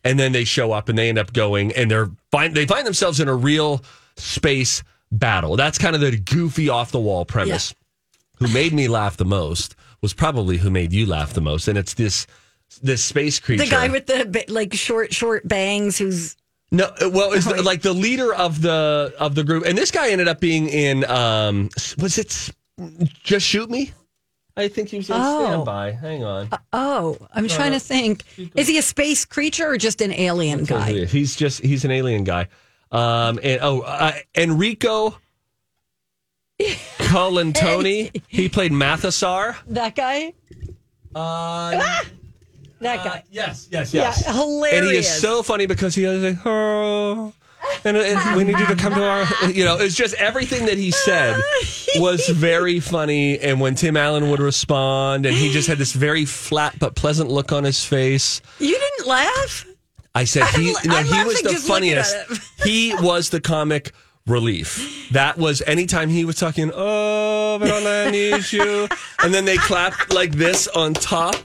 [SPEAKER 2] And then they show up and they end up going and they're find they find themselves in a real space battle. That's kind of the goofy off the wall premise who made me laugh the most was probably who made you laugh the most, and it's this this space creature.
[SPEAKER 1] The guy with the ba- like short, short bangs who's
[SPEAKER 2] no, uh, well, it's the, like the leader of the of the group, and this guy ended up being in um s- was it s- just shoot me? I think he was in
[SPEAKER 1] Oh.
[SPEAKER 2] standby. Hang on,
[SPEAKER 1] oh, I'm trying to think. Is he a space creature or just an alien guy?
[SPEAKER 2] he's just he's an alien guy. Um and oh uh, Enrico Colantoni, he played Mathesar.
[SPEAKER 1] That guy?
[SPEAKER 2] Uh,
[SPEAKER 1] That guy.
[SPEAKER 2] yes, yes,
[SPEAKER 1] Ah! yeah, hilarious.
[SPEAKER 2] And he is so funny because he is like, oh, and, and we need you to come to our, you know, it's just everything that he said was very funny. And when Tim Allen would respond, and he just had this very flat but pleasant look on his face.
[SPEAKER 1] you didn't laugh?
[SPEAKER 2] I said he,
[SPEAKER 1] I'm
[SPEAKER 2] no, he
[SPEAKER 1] laughing
[SPEAKER 2] was the
[SPEAKER 1] just looking at
[SPEAKER 2] funniest. he was the comic relief. That was anytime he was talking, oh, Verona, I need you. And then they clapped like this on top.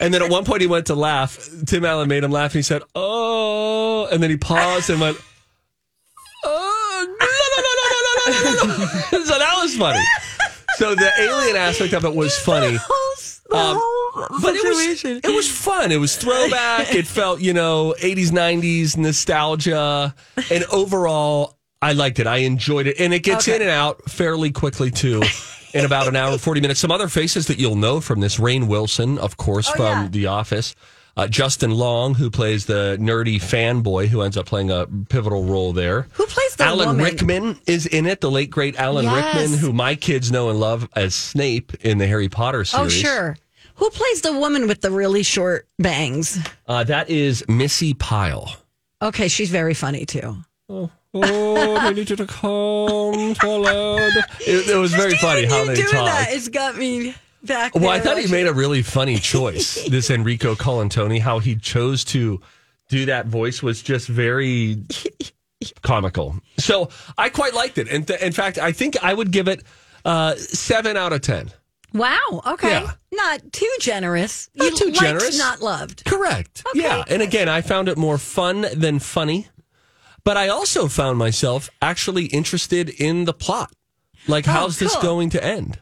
[SPEAKER 2] And then at one point he went to laugh. Tim Allen made him laugh. And he said, oh. And then he paused and went, oh, no, no, no, no, no, no, no, no. so that was funny. So the alien aspect of it was funny. Um, but it was, it was fun. It was throwback. it felt, you know, 80s, 90s nostalgia. And overall, I liked it. I enjoyed it. And it gets in and out fairly quickly, too, in about an hour, 40 minutes. Some other faces that you'll know from this Rain Wilson, of course,
[SPEAKER 1] Oh,
[SPEAKER 2] from The Office. Uh, Justin Long, who plays the nerdy fanboy who ends up playing a pivotal role there.
[SPEAKER 1] Who plays the
[SPEAKER 2] Alan
[SPEAKER 1] woman?
[SPEAKER 2] Rickman is in it, the late great Alan Rickman, who my kids know and love as Snape in the Harry Potter series.
[SPEAKER 1] Oh, sure. Who plays the woman with the really short bangs?
[SPEAKER 2] Uh, that is Missy Pyle.
[SPEAKER 1] Okay, she's very funny too.
[SPEAKER 2] Oh, I need you to calm, swallowed. It, it was very funny how they
[SPEAKER 1] doing that,
[SPEAKER 2] talked.
[SPEAKER 1] it's got me back.
[SPEAKER 2] Well, I
[SPEAKER 1] there
[SPEAKER 2] thought he
[SPEAKER 1] watching-
[SPEAKER 2] made a really funny choice. this Enrico Colantoni, how he chose to do that voice was just very comical. So I quite liked it, and th- in fact, I think I would give it uh, seven out of ten.
[SPEAKER 1] Wow. Okay.
[SPEAKER 2] Yeah.
[SPEAKER 1] Not too generous.
[SPEAKER 2] Not
[SPEAKER 1] You
[SPEAKER 2] too
[SPEAKER 1] liked,
[SPEAKER 2] generous.
[SPEAKER 1] Not loved.
[SPEAKER 2] Correct. Yeah. And again, I found it more fun than funny, but I also found myself actually interested in the plot. Like, how's this
[SPEAKER 1] Oh, cool.
[SPEAKER 2] going to end?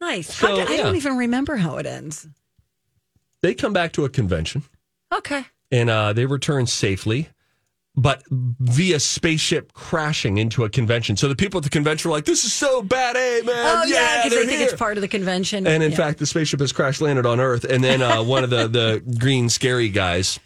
[SPEAKER 1] Nice.
[SPEAKER 2] So,
[SPEAKER 1] How did- I don't
[SPEAKER 2] yeah.
[SPEAKER 1] even remember how it ends.
[SPEAKER 2] They come back to a convention
[SPEAKER 1] Okay.
[SPEAKER 2] and uh, they return safely, but via spaceship crashing into a convention. So the people at the convention were like, this is so bad, hey, man.
[SPEAKER 1] Oh yeah, because
[SPEAKER 2] Uh, they're
[SPEAKER 1] they think
[SPEAKER 2] here."
[SPEAKER 1] it's part of the convention.
[SPEAKER 2] And in
[SPEAKER 1] Yeah.
[SPEAKER 2] fact, the spaceship has crash landed on Earth. And then uh, one of the, the green scary guys,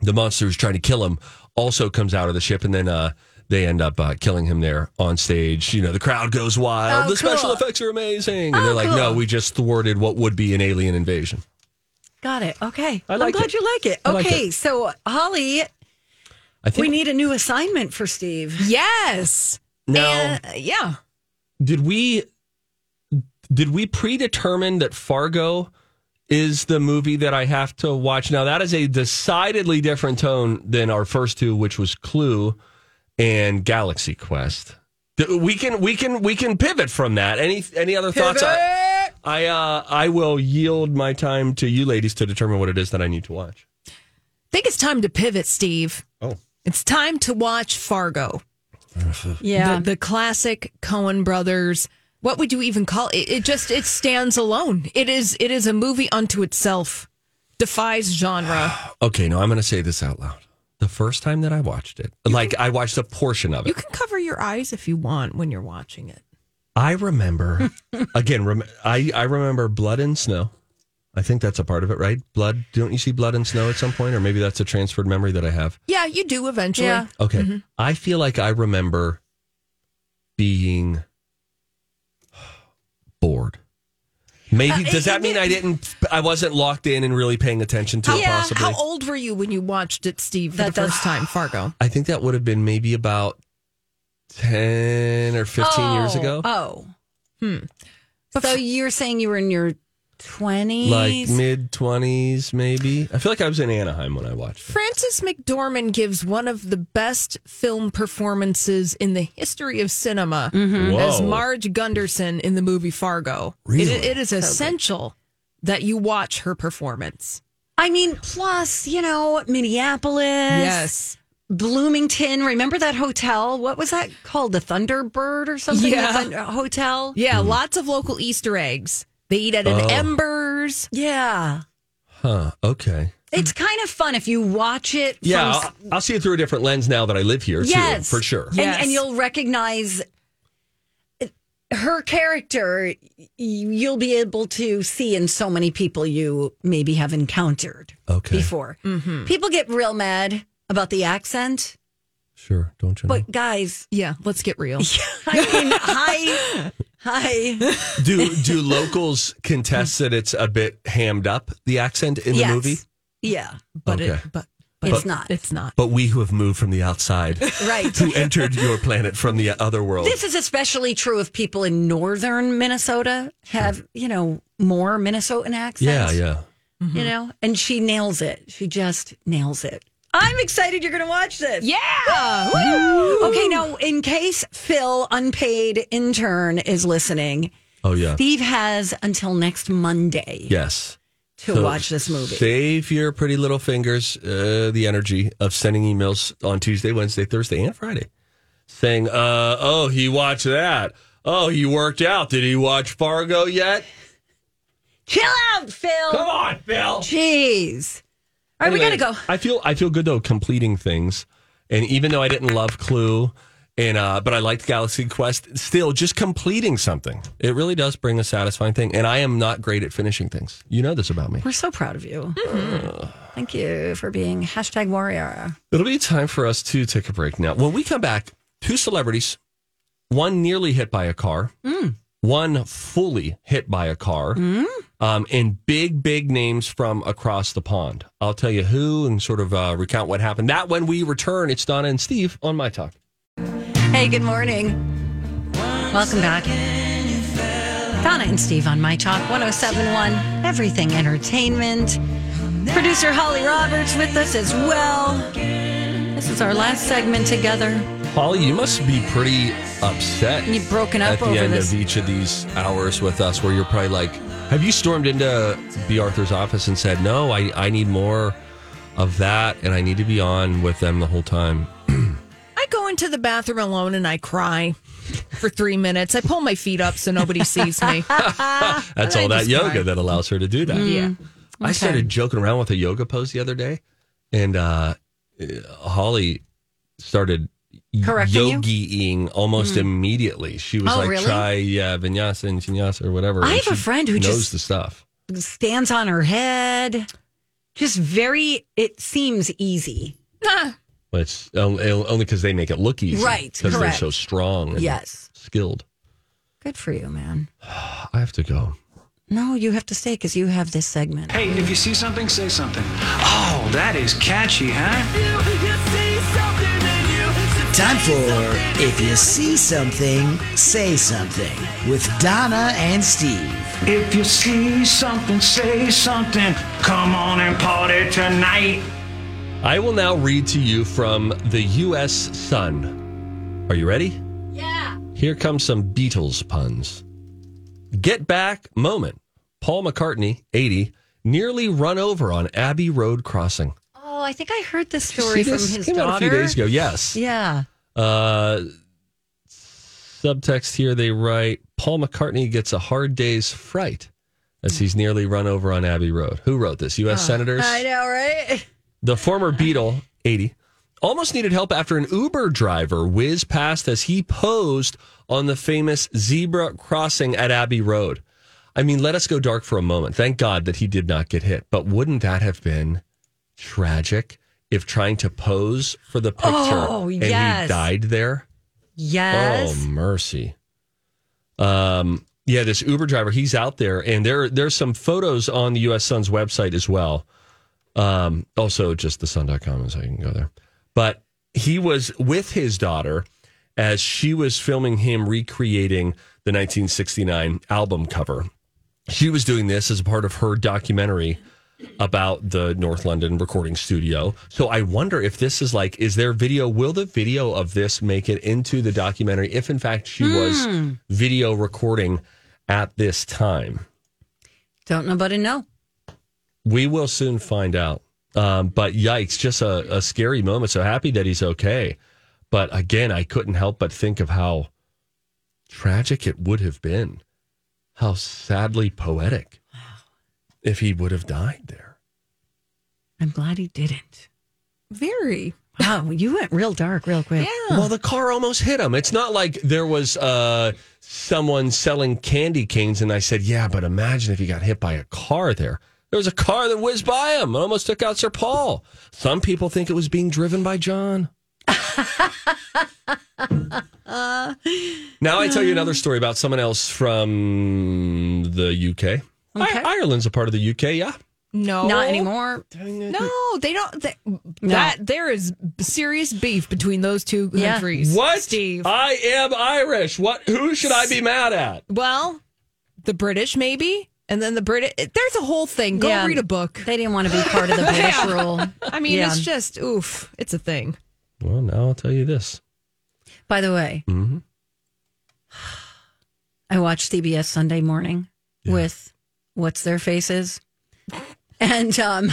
[SPEAKER 2] the monster who's trying to kill him, also comes out of the ship. And then uh, they end up uh, killing him there on stage. You know, the crowd goes wild.
[SPEAKER 1] Oh,
[SPEAKER 2] the
[SPEAKER 1] cool.
[SPEAKER 2] special
[SPEAKER 1] Oh,
[SPEAKER 2] effects are amazing. And they're like,
[SPEAKER 1] cool.
[SPEAKER 2] no, we just thwarted what would be an alien invasion.
[SPEAKER 1] got it. Okay.
[SPEAKER 2] I
[SPEAKER 1] am
[SPEAKER 2] liked
[SPEAKER 1] glad
[SPEAKER 2] it.
[SPEAKER 1] you like it.
[SPEAKER 2] I liked
[SPEAKER 1] Okay. So Holly,
[SPEAKER 2] I think
[SPEAKER 1] we need a new assignment for Steve.
[SPEAKER 3] Yes.
[SPEAKER 2] now.
[SPEAKER 3] Uh, yeah.
[SPEAKER 2] did we did we predetermine that Fargo is the movie that I have to watch? Now that is a decidedly different tone than our first two, which was Clue and Galaxy Quest. Th- We can we can we can pivot from that. Any any other thoughts? I I, uh, I will yield my time to you ladies to determine what it is that I need to watch.
[SPEAKER 3] think it's time to pivot, Steve.
[SPEAKER 2] Oh.
[SPEAKER 3] It's time to watch Fargo.
[SPEAKER 1] Yeah.
[SPEAKER 3] The, the classic Cohen brothers. What would you even call it? It just it stands alone. It is it is a movie unto itself. Defies genre.
[SPEAKER 2] Okay, no, I'm going to say this out loud. The first time that I watched it, like I watched a portion of it.
[SPEAKER 3] You can cover your eyes if you want when you're watching it.
[SPEAKER 2] I remember again. Rem- I I remember blood and snow. I think that's a part of it, right? Blood. Don't you see blood and snow at some point, or maybe that's a transferred memory that I have?
[SPEAKER 3] Mm-hmm. Yeah, you do eventually.
[SPEAKER 1] Yeah.
[SPEAKER 2] Okay. I feel like I remember being bored. Maybe
[SPEAKER 3] Uh,
[SPEAKER 2] does that mean I didn't? I wasn't locked in and really paying attention to it.
[SPEAKER 3] yeah.
[SPEAKER 2] Possibly.
[SPEAKER 3] How old were you when you watched it, Steve, for
[SPEAKER 1] That
[SPEAKER 3] the
[SPEAKER 1] does-
[SPEAKER 3] first time, Fargo?
[SPEAKER 2] I think that would have been maybe about ten or fifteen years
[SPEAKER 3] Oh,
[SPEAKER 2] ago,
[SPEAKER 3] Oh.
[SPEAKER 1] Hmm. So you're saying you were in your 20s?
[SPEAKER 2] like mid twenties, maybe. I feel like I was in Anaheim when I watched. it.
[SPEAKER 3] Frances McDormand gives one of the best film performances in the history of cinema as
[SPEAKER 1] Mm-hmm.
[SPEAKER 2] Whoa.
[SPEAKER 3] Marge Gunderson in the movie Fargo.
[SPEAKER 2] Really?
[SPEAKER 3] It, it is essential that you watch her performance.
[SPEAKER 1] I mean, plus, you know, Minneapolis. Bloomington. Remember that hotel? What was that called? The Thunderbird or something? The
[SPEAKER 3] Yeah.
[SPEAKER 1] Thunder- hotel?
[SPEAKER 3] Yeah,
[SPEAKER 2] Hmm.
[SPEAKER 3] lots of local Easter eggs. They eat out
[SPEAKER 2] Oh.
[SPEAKER 3] of embers.
[SPEAKER 1] Yeah.
[SPEAKER 2] Huh. Okay.
[SPEAKER 1] It's kind of fun if you watch it. from
[SPEAKER 2] Yeah,
[SPEAKER 1] s-
[SPEAKER 2] I'll, I'll see it through a different lens now that I live here.
[SPEAKER 1] yes.
[SPEAKER 2] too, for sure.
[SPEAKER 1] And,
[SPEAKER 3] Yes.
[SPEAKER 1] and you'll recognize it- her character. y- You'll be able to see in so many people you maybe have encountered
[SPEAKER 2] Okay.
[SPEAKER 1] before.
[SPEAKER 3] Mm-hmm.
[SPEAKER 1] People get real mad about the accent,
[SPEAKER 2] Sure. Don't you? know?
[SPEAKER 1] but guys,
[SPEAKER 3] Yeah, let's get real.
[SPEAKER 1] I mean, hi, hi.
[SPEAKER 2] do do locals contest that it's a bit hammed up the accent in the
[SPEAKER 1] Yes.
[SPEAKER 2] movie?
[SPEAKER 1] Yeah,
[SPEAKER 3] But it,
[SPEAKER 2] Okay.
[SPEAKER 3] but, but
[SPEAKER 1] it's not
[SPEAKER 3] It's not.
[SPEAKER 2] But we who have moved from the outside,
[SPEAKER 1] right.
[SPEAKER 2] who entered your planet from the other world,
[SPEAKER 1] This is especially true if people in northern Minnesota have, you know, more Minnesotan
[SPEAKER 2] yeah,
[SPEAKER 1] accents.
[SPEAKER 2] yeah.
[SPEAKER 1] You know, and she nails it. She just nails it. I'm excited you're going to watch this.
[SPEAKER 3] Yeah.
[SPEAKER 1] Okay, now, in case Phil, unpaid intern, is listening,
[SPEAKER 2] Oh yeah.
[SPEAKER 1] Steve has until next Monday
[SPEAKER 2] Yes.
[SPEAKER 1] to
[SPEAKER 2] So
[SPEAKER 1] watch this movie.
[SPEAKER 2] Save your pretty little fingers uh, the energy of sending emails on Tuesday, Wednesday, Thursday, and Friday saying, uh, oh, he watched that. Oh, he worked out. Did he watch Fargo yet?
[SPEAKER 1] Chill out, Phil.
[SPEAKER 2] Come on, Phil.
[SPEAKER 1] Jeez. All right, we
[SPEAKER 2] Anyway,
[SPEAKER 1] got to go.
[SPEAKER 2] I feel I feel good though completing things, and even though I didn't love Clue, and uh, but I liked Galaxy Quest, still just completing something it really does bring a satisfying thing. And I am not great at finishing things. You know this about me.
[SPEAKER 1] We're so proud of you. Thank you for being hashtag warrior.
[SPEAKER 2] It'll be time for us to take a break now. When we come back, two celebrities, one nearly hit by a car, one fully hit by a car, um, and big, big names from across the pond. I'll tell you who and sort of uh, recount what happened. That when we return, it's Donna and Steve on My Talk.
[SPEAKER 1] Hey, good morning. Welcome back. Donna and Steve on My Talk 1071, Everything Entertainment. Producer Holly Roberts with us as well. This is our last segment together.
[SPEAKER 2] Holly, you must be pretty upset.
[SPEAKER 1] You've broken up
[SPEAKER 2] at the
[SPEAKER 1] over
[SPEAKER 2] end
[SPEAKER 1] this.
[SPEAKER 2] of each of these hours with us, where you're probably like, "Have you stormed into B. Arthur's office and said, no, I, I need more of that, and I need to be on with them the whole time.'"
[SPEAKER 3] I go into the bathroom alone and I cry for three minutes. I pull my feet up so nobody sees me.
[SPEAKER 2] That's
[SPEAKER 3] I
[SPEAKER 2] all that
[SPEAKER 3] just
[SPEAKER 2] yoga
[SPEAKER 3] cry.
[SPEAKER 2] that allows her to do that.
[SPEAKER 3] Yeah.
[SPEAKER 2] I started joking around with a yoga pose the other day, and uh, uh, Holly started
[SPEAKER 1] Correcting you? Hmm.
[SPEAKER 2] yogiing almost immediately. She was
[SPEAKER 1] Oh,
[SPEAKER 2] like,
[SPEAKER 1] really?
[SPEAKER 2] "Try uh, vinyasa and sanyasa or whatever."
[SPEAKER 1] I
[SPEAKER 2] and
[SPEAKER 1] have a
[SPEAKER 2] she
[SPEAKER 1] friend who
[SPEAKER 2] knows
[SPEAKER 1] just-
[SPEAKER 2] the stuff.
[SPEAKER 1] Stands on her head. Just very, it seems easy.
[SPEAKER 2] Well, it's on- only because they make it look easy,
[SPEAKER 1] Right,
[SPEAKER 2] Because they're
[SPEAKER 1] correct.
[SPEAKER 2] so strong, and
[SPEAKER 1] Yes.
[SPEAKER 2] skilled.
[SPEAKER 1] Good for you, man.
[SPEAKER 2] I have to go.
[SPEAKER 1] No, you have to stay because you have this segment.
[SPEAKER 7] Hey, if you see something, say something. Oh, that is catchy, huh?
[SPEAKER 8] Time for If You See Something, Say Something with Donna and Steve.
[SPEAKER 7] If you see something, say something. Come on and party tonight.
[SPEAKER 2] I will now read to you from the U.S. Sun. Are you ready? Yeah. Here comes some Beatles puns. Get back moment. Paul McCartney, 80, nearly run over on Abbey Road crossing.
[SPEAKER 1] Oh, I think I heard this story
[SPEAKER 2] See
[SPEAKER 1] from
[SPEAKER 2] this?
[SPEAKER 1] his
[SPEAKER 2] Came
[SPEAKER 1] daughter.
[SPEAKER 2] out a few days ago. Yes.
[SPEAKER 1] Yeah.
[SPEAKER 2] Uh, subtext here they write Paul McCartney gets a hard day's fright as he's nearly run over on Abbey Road. Who wrote this? U.S. senators?
[SPEAKER 1] Oh, I know, right?
[SPEAKER 2] The former Beatle, 80, almost needed help after an Uber driver whizzed past as he posed on the famous zebra crossing at Abbey Road. I mean, let us go dark for a moment. Thank God that he did not get hit, but wouldn't that have been tragic if trying to pose for the picture
[SPEAKER 1] Oh,
[SPEAKER 2] and he
[SPEAKER 1] yes.
[SPEAKER 2] died there?
[SPEAKER 1] Yes.
[SPEAKER 2] Oh mercy. Um, yeah, this Uber driver, he's out there, and there there's some photos on the U.S. Sun's website as well. Um, also, just thesun.com is how you can go there. But he was with his daughter as she was filming him recreating the 1969 album cover. She was doing this as a part of her documentary about the North London recording studio. So I wonder if this is like, is there video? Will the video of this make it into the documentary if, in fact, she was video recording at this time?
[SPEAKER 1] Don't nobody know.
[SPEAKER 2] We will soon find out. Um, but yikes, just a, a scary moment. So happy that he's okay. But again, I couldn't help but think of how tragic it would have been, how sadly poetic if he would have died there.
[SPEAKER 1] I'm glad he didn't.
[SPEAKER 3] Very.
[SPEAKER 1] Wow, you went real dark real quick.
[SPEAKER 2] Well, the car almost hit him. It's not like there was uh, someone selling candy canes, and I said, "Yeah, but imagine if he got hit by a car there." There was a car that whizzed by him and almost took out Sir Paul. Some people think it was being driven by John. now I tell you another story about someone else from the UK. I- Ireland's a part of the UK, yeah.
[SPEAKER 3] No.
[SPEAKER 1] Not anymore.
[SPEAKER 3] No, they don't. They, That there is serious beef between those two
[SPEAKER 1] Yeah.
[SPEAKER 3] countries.
[SPEAKER 2] What?
[SPEAKER 3] Steve?
[SPEAKER 2] I am Irish. What? Who should I be mad at?
[SPEAKER 3] well, the British maybe, and then the British. There's a whole thing. Go
[SPEAKER 1] Yeah.
[SPEAKER 3] read a book.
[SPEAKER 1] They didn't want to be part of the British rule.
[SPEAKER 3] I mean,
[SPEAKER 1] Yeah.
[SPEAKER 3] it's just oof. It's a thing.
[SPEAKER 2] Well, now I'll tell you this.
[SPEAKER 1] By the way,
[SPEAKER 2] Mhm.
[SPEAKER 1] I watched CBS Sunday Morning with what's their faces, and um,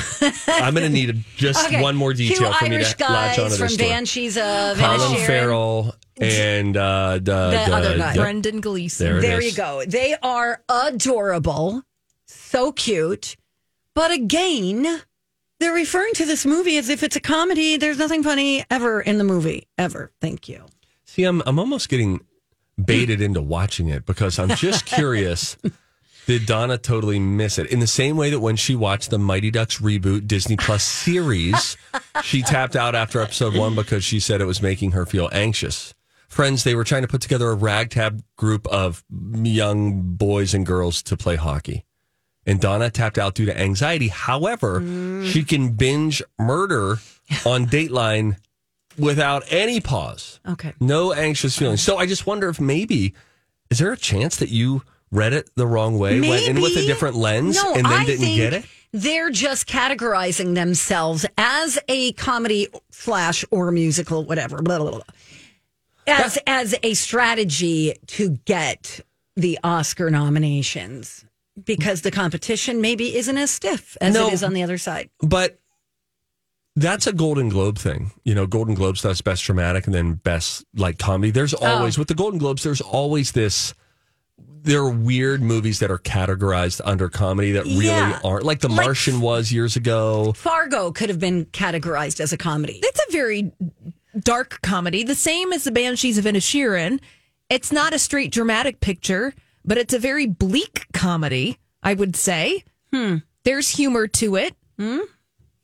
[SPEAKER 2] I'm going to need just
[SPEAKER 1] okay,
[SPEAKER 2] one more detail
[SPEAKER 1] two
[SPEAKER 2] for me
[SPEAKER 1] Irish
[SPEAKER 2] to latch onto
[SPEAKER 1] guys
[SPEAKER 2] this
[SPEAKER 1] from
[SPEAKER 2] story.
[SPEAKER 1] Banshees of
[SPEAKER 2] Colin
[SPEAKER 1] Inisherin.
[SPEAKER 2] Farrell and uh, the,
[SPEAKER 1] other guy.
[SPEAKER 2] the-
[SPEAKER 3] Brendan Gleeson.
[SPEAKER 2] There it
[SPEAKER 1] There
[SPEAKER 2] is.
[SPEAKER 1] you go. They are adorable, so cute. But again, they're referring to this movie as if it's a comedy. There's nothing funny ever in the movie, ever. Thank you.
[SPEAKER 2] See, I'm I'm almost getting baited into watching it because I'm just curious. Did Donna totally miss it? In the same way that when she watched the Mighty Ducks reboot Disney Plus series, she tapped out after episode one because she said it was making her feel anxious. Friends, they were trying to put together a ragtag group of young boys and girls to play hockey. And Donna tapped out due to anxiety. However,
[SPEAKER 1] Mm.
[SPEAKER 2] she can binge murder on Dateline without any pause.
[SPEAKER 1] Okay.
[SPEAKER 2] No anxious feelings. So I just wonder if maybe is there a chance that you read it the wrong way, went in with a
[SPEAKER 1] Maybe.
[SPEAKER 2] different lens,
[SPEAKER 1] No,
[SPEAKER 2] and then
[SPEAKER 1] I
[SPEAKER 2] didn't
[SPEAKER 1] think
[SPEAKER 2] get it?
[SPEAKER 1] They're just categorizing themselves as a comedy slash or musical, whatever, blah, blah, blah. As, as a strategy to get the Oscar nominations because the competition maybe isn't as stiff as
[SPEAKER 2] No.
[SPEAKER 1] it is on the other side.
[SPEAKER 2] But that's a Golden Globe thing. You know, Golden Globes that's best dramatic and then best like comedy. There's
[SPEAKER 1] Oh.
[SPEAKER 2] always with the Golden Globes. There's always this. There are weird movies that are categorized under comedy that really
[SPEAKER 1] Yeah.
[SPEAKER 2] aren't. Like The
[SPEAKER 1] Like-
[SPEAKER 2] Martian was years ago.
[SPEAKER 1] Fargo could have been categorized as a comedy.
[SPEAKER 3] It's a very dark comedy, the same as the Banshees of Inisherin. It's not a straight dramatic picture, but it's a very bleak comedy, I would say.
[SPEAKER 1] Hmm.
[SPEAKER 3] There's humor to it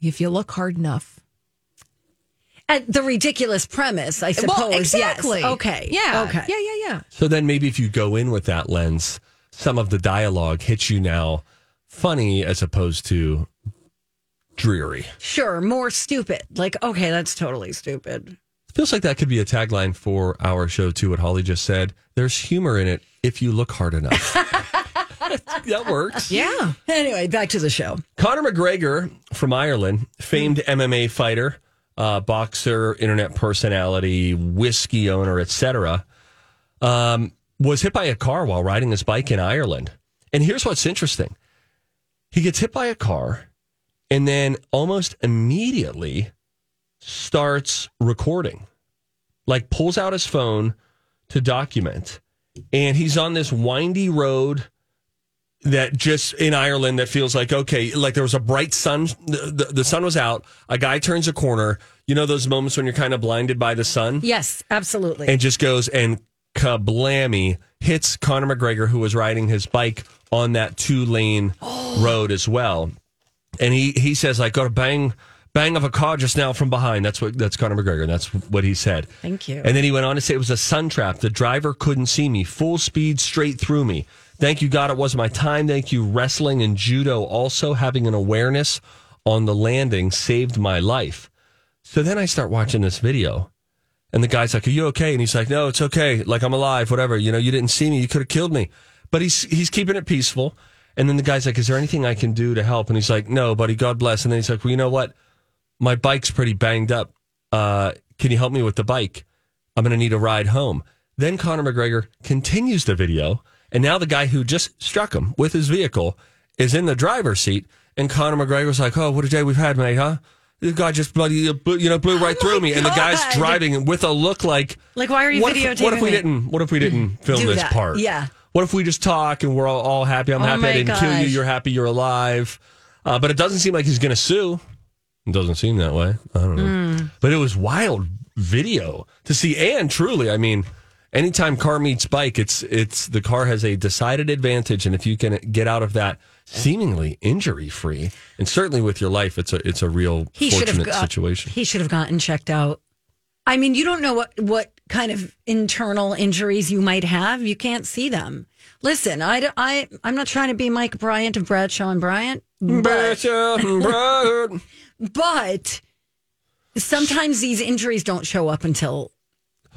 [SPEAKER 3] if you look hard enough.
[SPEAKER 1] At the ridiculous premise, I suppose. yes.
[SPEAKER 3] exactly.
[SPEAKER 1] Okay.
[SPEAKER 3] Yeah.
[SPEAKER 1] Okay.
[SPEAKER 3] Yeah. Yeah. Yeah.
[SPEAKER 2] So then maybe if you go in with that lens, some of the dialogue hits you now funny as opposed to dreary.
[SPEAKER 1] Sure. More stupid. Like, okay, that's totally stupid.
[SPEAKER 2] Feels like that could be a tagline for our show too. What Holly just said. There's humor in it if you look hard enough. that works.
[SPEAKER 3] Yeah.
[SPEAKER 1] Anyway, back to the show.
[SPEAKER 2] Conor McGregor from Ireland, famed MMA fighter, uh, boxer, internet personality, whiskey owner, etc., um, was hit by a car while riding his bike in Ireland. And here's what's interesting: he gets hit by a car, and then almost immediately starts recording, like pulls out his phone to document, and he's on this windy road that just in Ireland that feels like okay, like there was a bright sun, the, the, the sun was out. A guy turns a corner. You know those moments when you're kind of blinded by the sun,
[SPEAKER 1] Yes, absolutely.
[SPEAKER 2] and just goes and kablammy hits Conor McGregor who was riding his bike on that two lane road as well, and he he says like got a bang bang of a car just now from behind. That's what that's Conor McGregor. That's what he said.
[SPEAKER 1] Thank you.
[SPEAKER 2] And then he went on to say it was a sun trap. The driver couldn't see me. Full speed straight through me. Thank you, God, it was my time. Thank you, wrestling and judo. Also having an awareness on the landing saved my life. So then I start watching this video. And the guy's like, "Are you okay?" And he's like, "No, it's okay. Like I'm alive. Whatever. You know, you didn't see me. You could have killed me." But he's he's keeping it peaceful. And then the guy's like, "Is there anything I can do to help?" And he's like, "No, buddy. God bless." And then he's like, "Well, you know what? My bike's pretty banged up. Uh, can you help me with the bike? I'm going to need a ride home." Then Conor McGregor continues the video, and now the guy who just struck him with his vehicle is in the driver's seat, and Conor McGregor's like, "Oh, what a day we've had, mate, huh?" This guy just bloody you know
[SPEAKER 1] Oh
[SPEAKER 2] blew right
[SPEAKER 1] my
[SPEAKER 2] through me, and the
[SPEAKER 1] God.
[SPEAKER 2] guy's driving with a look like
[SPEAKER 1] Like, why are you
[SPEAKER 2] what If,
[SPEAKER 1] videotaping
[SPEAKER 2] what if we
[SPEAKER 1] me?
[SPEAKER 2] didn't? What if we didn't film
[SPEAKER 1] Do
[SPEAKER 2] this
[SPEAKER 1] that.
[SPEAKER 2] part?
[SPEAKER 1] Yeah.
[SPEAKER 2] What if we just talk and we're all, all happy? I'm
[SPEAKER 1] Oh
[SPEAKER 2] happy I
[SPEAKER 1] my
[SPEAKER 2] didn't kill you.
[SPEAKER 1] gosh.
[SPEAKER 2] You're happy. You're alive. Uh, but it doesn't seem like he's going to sue. It doesn't seem that way. I don't know.
[SPEAKER 1] Hmm.
[SPEAKER 2] But it was wild video to see. And truly, I mean, anytime car meets bike, it's it's the car has a decided advantage, and if you can get out of that seemingly injury free, and certainly with your life, it's a it's a real
[SPEAKER 1] He should have
[SPEAKER 2] fortunate
[SPEAKER 1] got-
[SPEAKER 2] situation.
[SPEAKER 1] He should have gotten checked out. I mean, you don't know what what kind of internal injuries you might have. You can't see them. Listen, I, d- I am not trying to be Mike Bryant of Bradshaw and Bryant, but, but sometimes these injuries don't show up until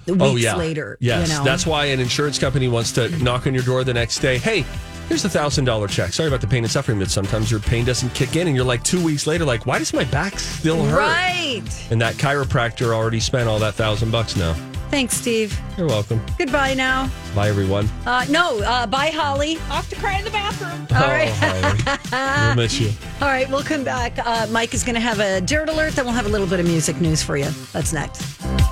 [SPEAKER 1] weeks
[SPEAKER 2] oh yeah
[SPEAKER 1] later.
[SPEAKER 2] yes
[SPEAKER 1] you know?
[SPEAKER 2] that's why an insurance company wants to knock on your door the next day hey here's a thousand dollar check sorry about the pain and suffering but sometimes your pain doesn't kick in and you're like two weeks later like why does my back still hurt
[SPEAKER 1] right.
[SPEAKER 2] and that chiropractor already spent all that thousand bucks now
[SPEAKER 1] Thanks, Steve.
[SPEAKER 2] you're welcome
[SPEAKER 1] Goodbye now.
[SPEAKER 2] bye everyone
[SPEAKER 1] Uh, no, uh, bye, Holly.
[SPEAKER 3] Off to cry in the bathroom.
[SPEAKER 2] all
[SPEAKER 1] right.
[SPEAKER 2] Oh, we'll miss you
[SPEAKER 1] All right, we'll come back. Uh, Mike is going to have a dirt alert. Then we'll have a little bit of music news for you. That's next.